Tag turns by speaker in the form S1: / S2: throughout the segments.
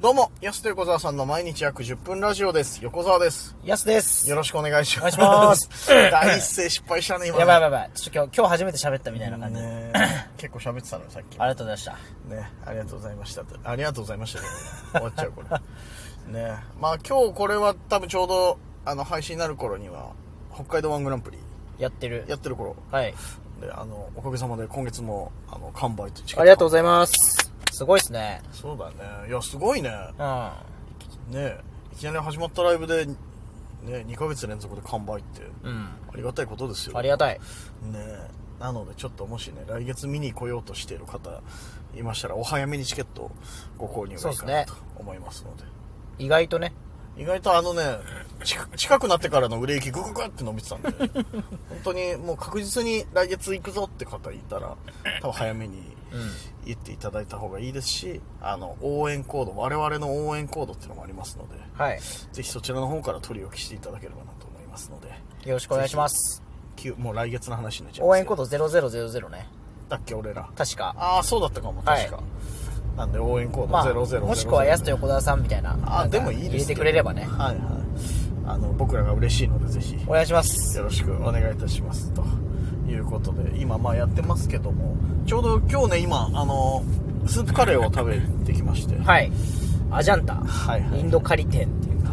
S1: どうも、安手横沢さんの毎日約10分ラジオです。横沢です。
S2: やすです。
S1: よろしくお願いします。
S2: お願い します
S1: 第一声失敗したね、今ね。
S2: やばいやばいやばい。ちょっと今日、今日初めて喋ったみたいな感じ。あり
S1: ね結構喋ってたのよ、さっき。
S2: がとうございました。
S1: ね、ありがとうございましたって。ありがとうございま したね。終わっちゃう、これ。ねまあ今日これは多分ちょうど、あの、配信になる頃には、北海道ワングランプリ
S2: やってる。
S1: やってる頃。
S2: はい。
S1: で、あの、おかげさまで今月も、あの、完売とチケット
S2: ありがとうございます。すごいっすね。
S1: そうだね。いや、すごいね。
S2: うん。
S1: ねいきなり始まったライブで、ね2ヶ月連続で完売って。
S2: うん。
S1: ありがたいことですよ。
S2: ありがた
S1: ね
S2: い。
S1: えなので、ちょっともしね、来月見に来ようとしている方いましたら、お早めにチケットをご購入がいいかなと
S2: そう
S1: 思いますので。
S2: 意外とね。
S1: 意外とあのね、ち近くなってからの売れ行きグググって伸びてた んで、本当にもう確実に来月行くぞって方いたら、多分早めに言っていただいた方がいいですし、あの、応援コード、我々の応援コードっていうのもありますので、
S2: はい。
S1: ぜひそちらの方から取り置きしていただければなと思いますので、
S2: よろしくお願いします。
S1: きゅもう来月の話になっちゃうん
S2: 応
S1: です
S2: 援
S1: け
S2: コード0000ね。
S1: どだっけ、俺ら。
S2: 確か。
S1: ああそうだったかも確か、
S2: は
S1: なんで応援コード
S2: まあ、
S1: 0000
S2: もしくはやすと横田さんみたいな。
S1: あでもいいです
S2: 入れてくれればね。
S1: はいはいあの僕らが嬉しいのでぜひ
S2: お願いします。
S1: よろしくお願いいたしますということで今まあやってますけどもちょうど今日ね今あのスープカレーを食べてきましては
S2: はい。アジャンタ。
S1: はいはい
S2: インドカリテンっていう。
S1: い、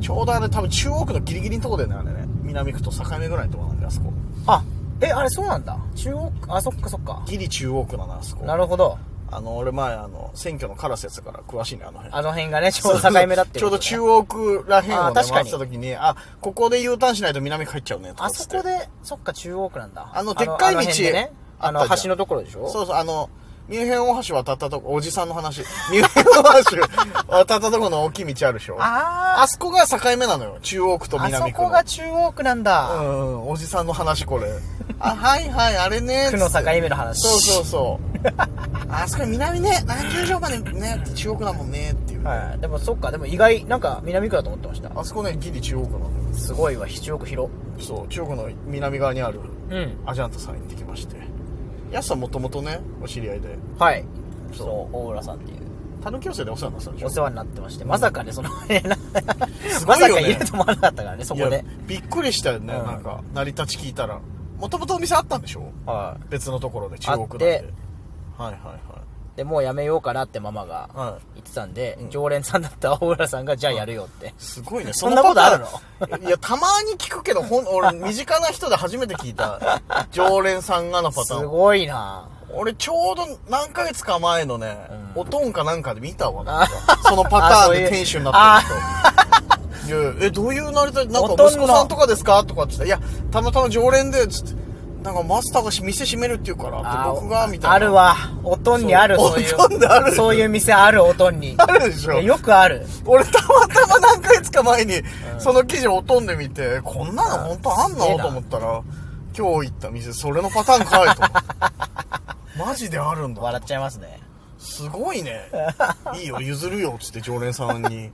S1: ちょうどあれ多分中央区のギリギリのとこでねあれね南区と境目ぐらいのとこなんであそこ
S2: あ、え、あれそうなんだ。中央区、あ、そっかそっか。
S1: ギリ中央区なのあそこ
S2: なるほど。
S1: あの俺前あの選挙のカラスやつから詳しいねあの辺
S2: あの辺がね、ちょうど境目だってい
S1: ちょう
S2: こ
S1: ど
S2: とで
S1: 中央区らへんを
S2: あ
S1: ね
S2: ー確か
S1: 回っ
S2: に
S1: てた時に、あ、ここで U ターンしないと南区入っちゃうね、とか
S2: あ
S1: っつっ
S2: そ
S1: て
S2: こ。で、そっか、中央区なんだ。
S1: あのでっかい道
S2: あの辺でね
S1: あったじ
S2: あ
S1: ゃん
S2: の、橋のところでしょ
S1: そうそう、あの、ミュンヘン大橋渡ったとこ、おじさんの話。 ミュンヘン大橋 渡ったとこの大きい道あるでしょ。
S2: あ
S1: あそこが境目なのよ。中央区と
S2: あ、あそ
S1: 南区
S2: こ
S1: の。
S2: が中央区なん
S1: う
S2: だ。
S1: んうん、おじさんの話これ。あ、はいはい、あれね。
S2: 区の境目の
S1: つ
S2: 話。
S1: ってそうそうそう。あそこ南ね、何十条までね、中央区だもんね、っていう。
S2: はい。でも、そっか、でも意外、なんか、南区だと思ってました。
S1: あそこね、ギリ中央区なのよ。
S2: すごいわ、中央区広。
S1: そう、中央区の南側にある
S2: うん。
S1: アジャンタさんに行ってきましてやすさんもともとねお知り合いで
S2: はい。
S1: そ
S2: そうう、大浦さんっていう。
S1: たぬき寄せでお世話になってたんでしょ
S2: お世話になってまして、まさか ね、その、
S1: すご
S2: ま
S1: いよね
S2: さか言うと思わなかったからね、そこ
S1: いや
S2: で。
S1: びっくりしたよね、
S2: うん
S1: なんか成り立ち聞いたらもともとお店あったんでしょ
S2: はい。
S1: 別のところで中国なん
S2: あ
S1: で
S2: って
S1: はいはい
S2: で、もうやめようかなってママ
S1: はい
S2: が
S1: はい
S2: 言ってたんで
S1: うん、
S2: 常連さんだった大浦さんが、じゃあやるよって。
S1: すごいね
S2: そんなことあるの
S1: そパターンいやたまに聞くけどほん俺身近な人で初めて聞いた常連さんがのパ
S2: す
S1: ターン
S2: ごいな
S1: 俺ちょうど何ヶ月か前のね、
S2: うん
S1: おとんかなんかで見たわなんかそのパターンで店主になってる人いやえどういうなりたいなん
S2: お
S1: か
S2: とんの
S1: 息子さんとかですかとかって言っていやたまたま常連でつってなんかマスターが店閉めるって言うから
S2: あ
S1: って僕がみたいな
S2: あるわ。おとんにある、
S1: そう
S2: そういう。
S1: おとんである
S2: そういう店ある、おとんに。
S1: あるでしょ
S2: いやよくある。
S1: 俺たまたま何ヶ月か前にその記事をおとんで見てこんなの本当あんの
S2: すげえな
S1: と思ったら今日行った店それのパターン かいと思ってマジであるんだ
S2: 笑っちゃいますね。
S1: すごい ねいいよ譲るよっつって常連さんに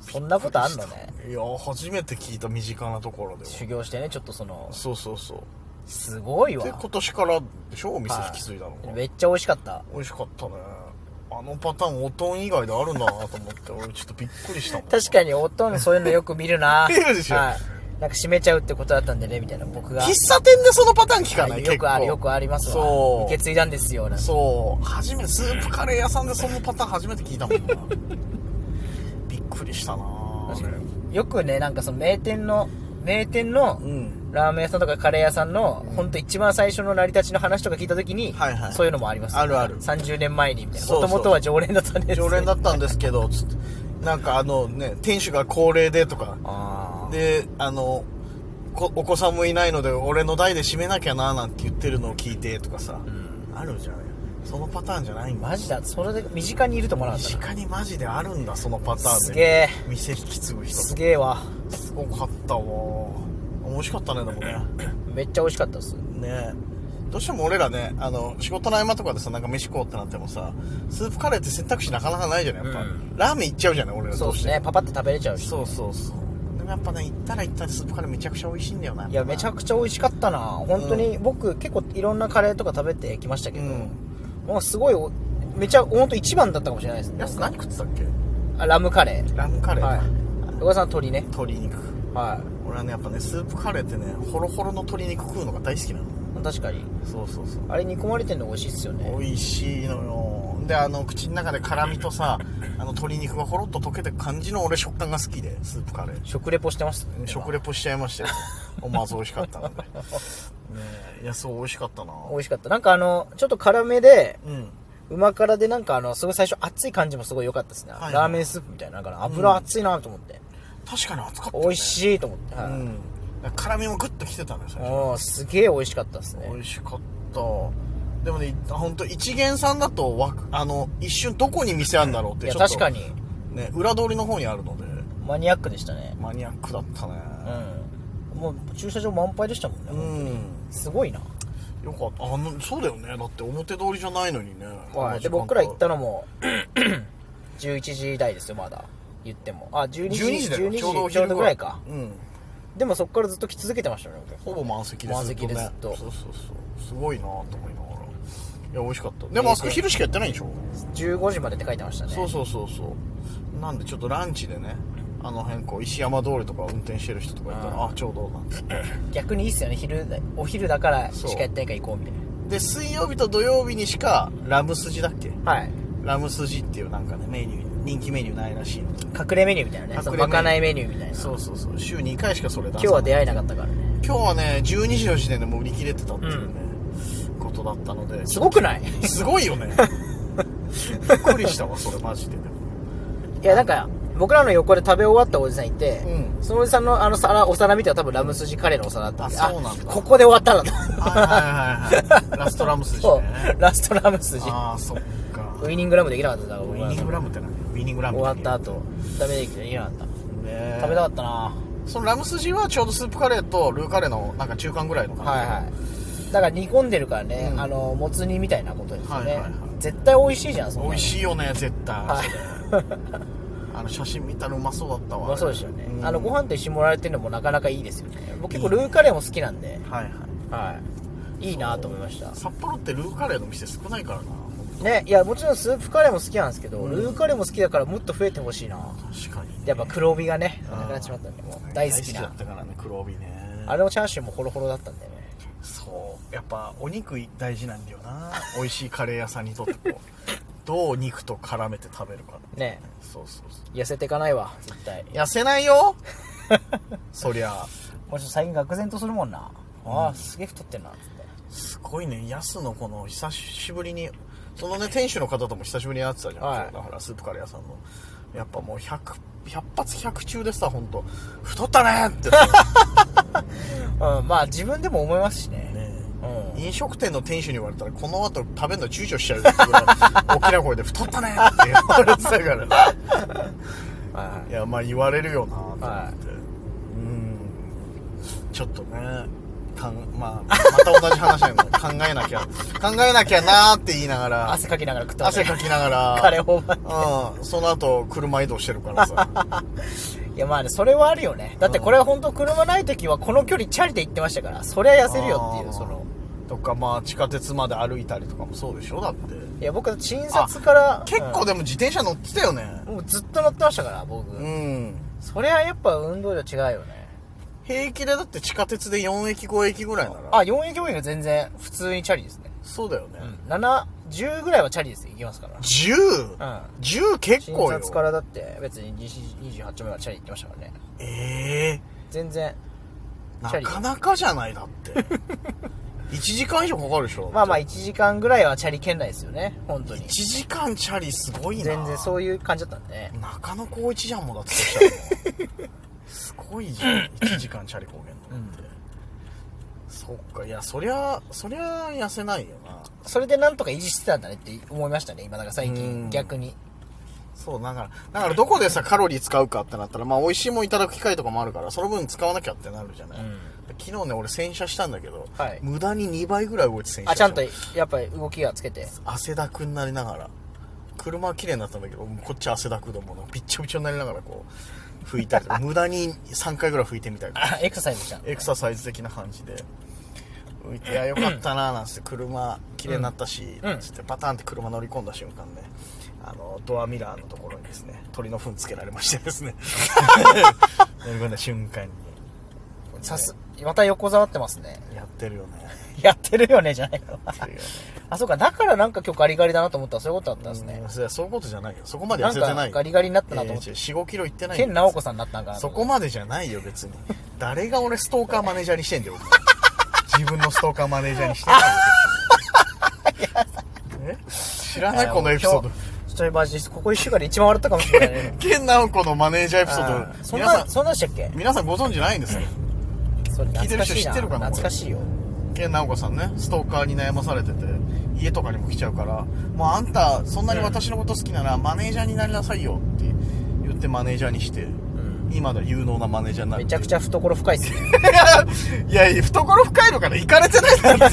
S2: そんなことあんのね。
S1: いや初めて聞いた身近なところでは
S2: 修行してね、ちょっとその、
S1: そうそうそう
S2: すごいわ
S1: で。今年からでしょお店
S2: はい
S1: 引き継いだのが、
S2: めっちゃ美味しかった。
S1: 美味しかったねあのパターンおとん以外であるんだなと思って俺ちょっとびっくりしたもん。
S2: 確かにおとんそういうのよく見るな
S1: 見るでしょ
S2: はい。なんか閉めちゃうってことだったんでね、みたいな僕が。
S1: 喫茶店でそのパターン聞かない
S2: よくある、よくありますわ。
S1: そう
S2: 受け継いだんですよ、なんて
S1: そう初めスープカレー屋さんでそのパターン初めて聞いたもんな びっくりしたな
S2: 確かによくね、なんかその名店の、名店の、
S1: うん
S2: ラーメン屋さんとかカレー屋さんの、ほんと一番最初の成り立ちの話とか聞いたときに、
S1: はいはい
S2: そういうのもあります、
S1: あるある
S2: 30年前にみたいな。
S1: そうそ
S2: も
S1: う
S2: ともとは常連だったんです。
S1: 常連だったんですけどつってなんかあのね店主が高齢でとか
S2: あー
S1: であのこお子さんもいないので俺の代で締めなきゃななんて言ってるのを聞いてとかさ、
S2: ん
S1: あるじゃんそのパターンじゃないんだ
S2: マジだ、それで身近にいると思わなかっ
S1: 確
S2: た
S1: かにマジであるんだそのパタ
S2: な。
S1: ー
S2: す
S1: ン
S2: げ
S1: で
S2: え。
S1: 店引き継ぐ人
S2: すげえわ。
S1: すごかったわ面白かったねでもね
S2: めっちゃ美味しかったです。
S1: ねどうしても俺らねあの仕事の合間とかでさなんか飯食おうってなってもさスープカレーって選択肢なかなかないじゃないやっぱ、
S2: うん
S1: ラーメンいっちゃうじゃない俺ら
S2: そ
S1: ど
S2: う
S1: う
S2: で
S1: し
S2: す
S1: ても
S2: ね。パパって食べれちゃうし。
S1: そうそうそうでもやっぱね行ったら行ったらスープカレーめちゃくちゃ美味しいんだよない
S2: いや、めちゃくちゃ美味しかったな。本当に、僕、結構いろんなカレーとか食べてきましたけど、
S1: うん
S2: もうすごいお、めちゃ、ほんと一番だったかもしれないですね
S1: や。す何食ってたっけ
S2: あラムカレ
S1: ラムカレ
S2: ー。
S1: ーだ、
S2: はい。小川さんは鶏ね。
S1: 鶏肉
S2: は
S1: 俺はねやっぱねスープカレーってねホロホロの鶏肉食うのが大好きなの
S2: い。確かに。
S1: そうそうそう
S2: あれ煮込まれてんの美味しいっすよね。
S1: 美味しいのよであの口の中で辛みとさあの鶏肉がほろっと溶けてく感じの俺食感が好きでスープカレー
S2: 食レポしてます。
S1: 食レポしちゃいましたよ思わず美味しかった のでねえいやそう美味しかったな
S2: 美味しかった。なんかあの、ちょっと辛めで、
S1: うん
S2: うま辛でなんかあの、すごい最初熱い感じもすごい良かったですね。
S1: はいはい
S2: ラーメンスープみたいな。なんか油熱いなと思って。
S1: 確かに熱かった、ね、
S2: 美味しいと思って。
S1: う
S2: は
S1: ん辛みもグッときてたのよ最
S2: い。
S1: 初
S2: もうすげえ美味しかったですね。
S1: 美味しかったでもね本当一元さんだとわあの一瞬どこに店あるんだろうっ
S2: い
S1: て
S2: や、
S1: ちょっと
S2: 確かに、
S1: ね裏通りの方にあるので
S2: マニアックでしたね。
S1: マニアックだったね
S2: うん。もう駐車場満杯でしたもんね。
S1: うん、
S2: すごいな。
S1: よかったあのそうだよねだって表通りじゃないのにね
S2: はい、で僕ら行ったのも 11時台ですよまだ言ってもあ12
S1: 12
S2: 時
S1: 時だよ
S2: 12
S1: ちょうどお
S2: ちょう
S1: 昼
S2: どぐらいか
S1: うん
S2: でもそこからずっと来続けてましたね
S1: ほぼ満席です
S2: 満席です
S1: ずっとね
S2: ず
S1: そ
S2: っ
S1: うそうそうすごいなと思いながらいや美味しかったでもあそこ昼しかやってないんでしょ
S2: 15時までって書いてましたね
S1: そうそうそうそうなんでちょっとランチでねあの辺こう石山通りとか運転してる人とかいたら
S2: あ
S1: あちょうどなんつって
S2: 逆にいいっすよね昼だお昼だからし
S1: そう
S2: かやってないから行こうみたい
S1: で水曜日と土曜日にしかラム筋だっけ
S2: なはい
S1: ラム筋っていうなんかねメニュー人気メニューないらしいの
S2: 隠れメニューみたいな
S1: 隠れメ
S2: ね
S1: ニュー
S2: そのまかないメニューみたいな
S1: そうそうそう週2回しかそれ出さな
S2: 今
S1: い
S2: 日は出会えなかったからね
S1: 今日はね12時の時点でもう売り切れてたっていうね、ことだったのです
S2: ごくない
S1: すごいよねびっくりしたわそれマジ ででも
S2: いやなんか僕らの横で食べ終わったおじさんいて、
S1: う
S2: そのおじさんのあの皿お皿見たら多分ラムスジカレーのお皿だったんで
S1: あそうなんだ
S2: ここで終わったんだと
S1: はいはいはいはいラストラム筋
S2: そう
S1: ね
S2: ラストラムスジ
S1: ああそっか
S2: ウイニングラムできなかっただから
S1: ウ
S2: 僕
S1: ィ
S2: ら
S1: ニングラムって何ウィニングラム
S2: 終わっ
S1: っ
S2: た後ダメできなかった、
S1: たね
S2: 食べたかったな
S1: そのラム筋はちょうどスープカレーとルーカレーのなんか中間ぐらいの感じ
S2: はいはいだから煮込んでるからね、
S1: うん
S2: あのもつ煮みたいなことですよ
S1: はい
S2: ね、
S1: はいはい
S2: 絶対美味しいじゃんそんな
S1: 美味
S2: い
S1: しいよね絶対、
S2: はい
S1: あの写真見たらうまそうだったわ
S2: まあそうですよね、
S1: うん
S2: あのご飯と一緒にもらえてるのもなかなかいいですよね僕結構ルーカレーも好きなんで
S1: はいはい
S2: はいいいなと思いました
S1: 札幌ってルーカレーの店少ないからな
S2: ねいやもちろんスープカレーも好きなんですけど、
S1: うん
S2: ルーカレーも好きだからもっと増えてほしいな
S1: 確かにね
S2: やっぱ黒帯がね
S1: あー
S2: なくなっちまったんでもう大好き
S1: だ
S2: な
S1: ったからね黒帯ね
S2: あれもチャーシューもホロホロだったんでね
S1: そうやっぱお肉大事なんだよな美味しいカレー屋さんにとってこ うどう肉と絡めて食べるか
S2: ね
S1: そうそうそう
S2: 痩せていかないわ絶対
S1: 痩せないよそりゃ
S2: もうちょっと最近愕然とするもんな、ああすげえ太ってんなっつって
S1: すごいね安のこの久しぶりにそのね店主の方とも久しぶりに会ってたじゃん、
S2: はい
S1: 今日だからスープカレー屋さんのやっぱもう 100, 100発100中でさ本当太ったねーってさ
S2: うんまあ自分でも思いますしね
S1: ね
S2: うん
S1: 飲食店の店主に言われたらこの後食べるの躊躇しちゃうよってぐ らい大きな声で太ったねーって言われてたから
S2: はい
S1: やまあ言われるよなと思って、
S2: は
S1: うんちょっとねかん、まあ、また同じ話なんだけど考えなきゃ考えなきゃなーって言いなが
S2: い
S1: ら
S2: 汗かきながら食ってました
S1: 汗
S2: ね
S1: かきなが ら
S2: カレーほんまに
S1: うんその後車移動してるから さ
S2: いやまあねそれはあるよねだってこれは本当車ない時はこの距離チャリで行ってましたからそりゃ痩せるよってい
S1: あ
S2: う
S1: ー
S2: その
S1: とかまあ地下鉄まで歩いたりとかもそうでしょだって
S2: いや僕診察から
S1: 結構でも自転車乗ってたよね
S2: うんもうずっと乗ってましたから僕、
S1: うん
S2: そりゃやっぱ運動量違うよね
S1: 平気でだって地下鉄で4駅5駅ぐらいなら
S2: あ4駅応援が全然普通にチャリですね
S1: そうだよね、
S2: 710ぐらいはチャリです行きますから
S1: 10?10
S2: うん
S1: 結
S2: 診
S1: 構よ
S2: 察からだって別に28丁目はチャリ行ってましたからね
S1: ええ
S2: 全然チャ
S1: な
S2: リ
S1: かなかじゃないだって 1時間以上かかるでしょ
S2: まあまあ1時間ぐらいはチャリ圏内ですよね本当に
S1: 1時間チャリすごいな
S2: 全然そういう感じだったんでね
S1: 中野光一じゃんもうだってそしたらもうすごいじゃん1時間チャリこげんのなんて、そっかいやそりゃそりゃ痩せないよな
S2: それでなんとか維持してたんだねって思いましたね今だから最
S1: う
S2: 近
S1: ん
S2: 逆に
S1: そうだからだからどこでさカロリー使うかってなったらまあ美味しいもんいただく機会とかもあるからその分使わなきゃってなるじゃない、
S2: うん
S1: 昨日ね俺洗車したんだけど、
S2: はい
S1: 無駄に2倍ぐらい動いて洗車
S2: あ
S1: し
S2: ち
S1: た
S2: ゃんとやっぱり動きがつけて
S1: 汗だくになりながら車は綺麗になったんだけどもうこっち汗だくでもうびっちょびちょになりながらこう拭いたり とか無駄に3回ぐらい拭いてみたりとか
S2: あエクササイズしたの
S1: エクササイズ的な感じで浮いて、いや、よかった な、なんつって、車、綺麗になったし、
S2: うん
S1: なんつって、パターンって車乗り込んだ瞬間ね、あの、ドアミラーのところにですね、鳥の糞つけられまして ですね、乗り込んだ瞬間に、
S2: さす、また横ざわってますね。
S1: やってるよね。
S2: やってるよね、じゃない の。
S1: っていうよね
S2: あ、そうか、だからなんか今日ガリガリだなと思ったらそういうことだったんですね
S1: う。んそれはそういうことじゃないよ。そこまで痩
S2: なん
S1: せてな
S2: か
S1: い。
S2: ガリガリになったなと思っ
S1: え
S2: て。
S1: ー違う4、5キロいってないよ
S2: ケン直子さんになったんかなと
S1: そ
S2: 思
S1: こ
S2: って。
S1: までじゃないよ、別に。誰が俺ストーカーマネージャーにしてんだよ、俺自分のストーカーマネージャーにしてんだよ。別にえ知らない、このエピソード。
S2: いや。もう今日ちょっとマジでここ一週間で一番笑ったかもしれないね
S1: ケンナオコのマネージャーエピソ
S2: あ
S1: ー
S2: ー
S1: ド、
S2: そん
S1: 皆さ
S2: な、
S1: ん、
S2: そんなんでしたっけ
S1: 皆さんご存知ないんですよ。
S2: それ
S1: 聞いてる
S2: 懐か
S1: 人
S2: しい
S1: 知
S2: な。
S1: ってるかなこれ
S2: 懐かしいよ。
S1: ケンナオコさんね、ストーカーに悩まされてて、家とかにも来ちゃうから、もうあんた、そんなに私のこと好きなら、マネージャーになりなさいよって言ってマネージャーにして、今では有能なマネージャーになる
S2: め
S1: っ
S2: ち
S1: てい
S2: ゃ
S1: う。
S2: くちゃ懐深いっす ね。
S1: いや、いや、懐深いのから行かれてないだ って、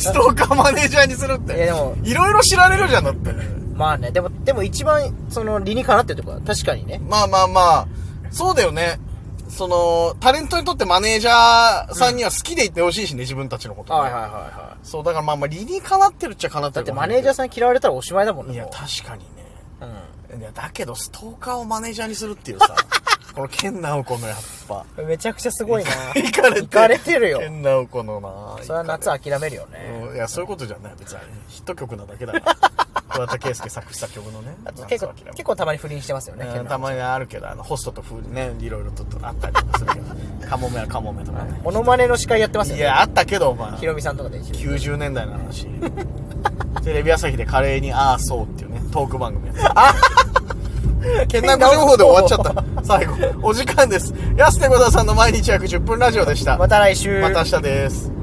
S1: ストーカーマネージャーにするっ
S2: い
S1: て
S2: やでも。
S1: いろいろ知られるじゃんだって。
S2: まあね、でも、でも一番、その、理にかなってるとこは確かにね。
S1: まあまあまあ、そうだよね。その、タレントにとってマネージャーさんには好きでいてほしいしね、自分たちのことね、
S2: いは
S1: そう、だからまあまあ、理にかなってるっちゃかなって
S2: だっ
S1: る
S2: て
S1: かも
S2: マネージャーさん嫌われたらおしまいだもんね。
S1: いや、
S2: もう
S1: 確かにね。
S2: うん。
S1: いや、だけど、ストーカーをマネージャーにするっていう さ、この、ケンナオコのやっぱ、。
S2: めちゃくちゃすごいな
S1: 行かれてる。
S2: 行かれ てるよ
S1: ケ。ンナオコのな
S2: それは夏諦めるよね。
S1: うんいや、そういうことじゃない、別に。ヒット曲なだけだか ら。桑田佳祐作詞作曲のね。
S2: あと結構、
S1: 夏は
S2: 結構たまに不倫してますよね。
S1: 嫌い
S2: ケ
S1: うん
S2: ンナ
S1: たまにあるけど、あの、ホストと風にね、いろいろとあったりとかするけど、カモメはカモメとかね。
S2: モノマネの司会やってますよ
S1: い
S2: ね。
S1: や、あったけど、お前。
S2: ヒロミさんとかで。
S1: 90年代の 話。テレビ朝日でカレーに、ああ、そうっていうね、トーク番組やってた。けんなこ情報で終わっちゃ った。最後。お時間です。安手小田さんの毎日約10分ラジオでした。
S2: また来週。
S1: また明日です。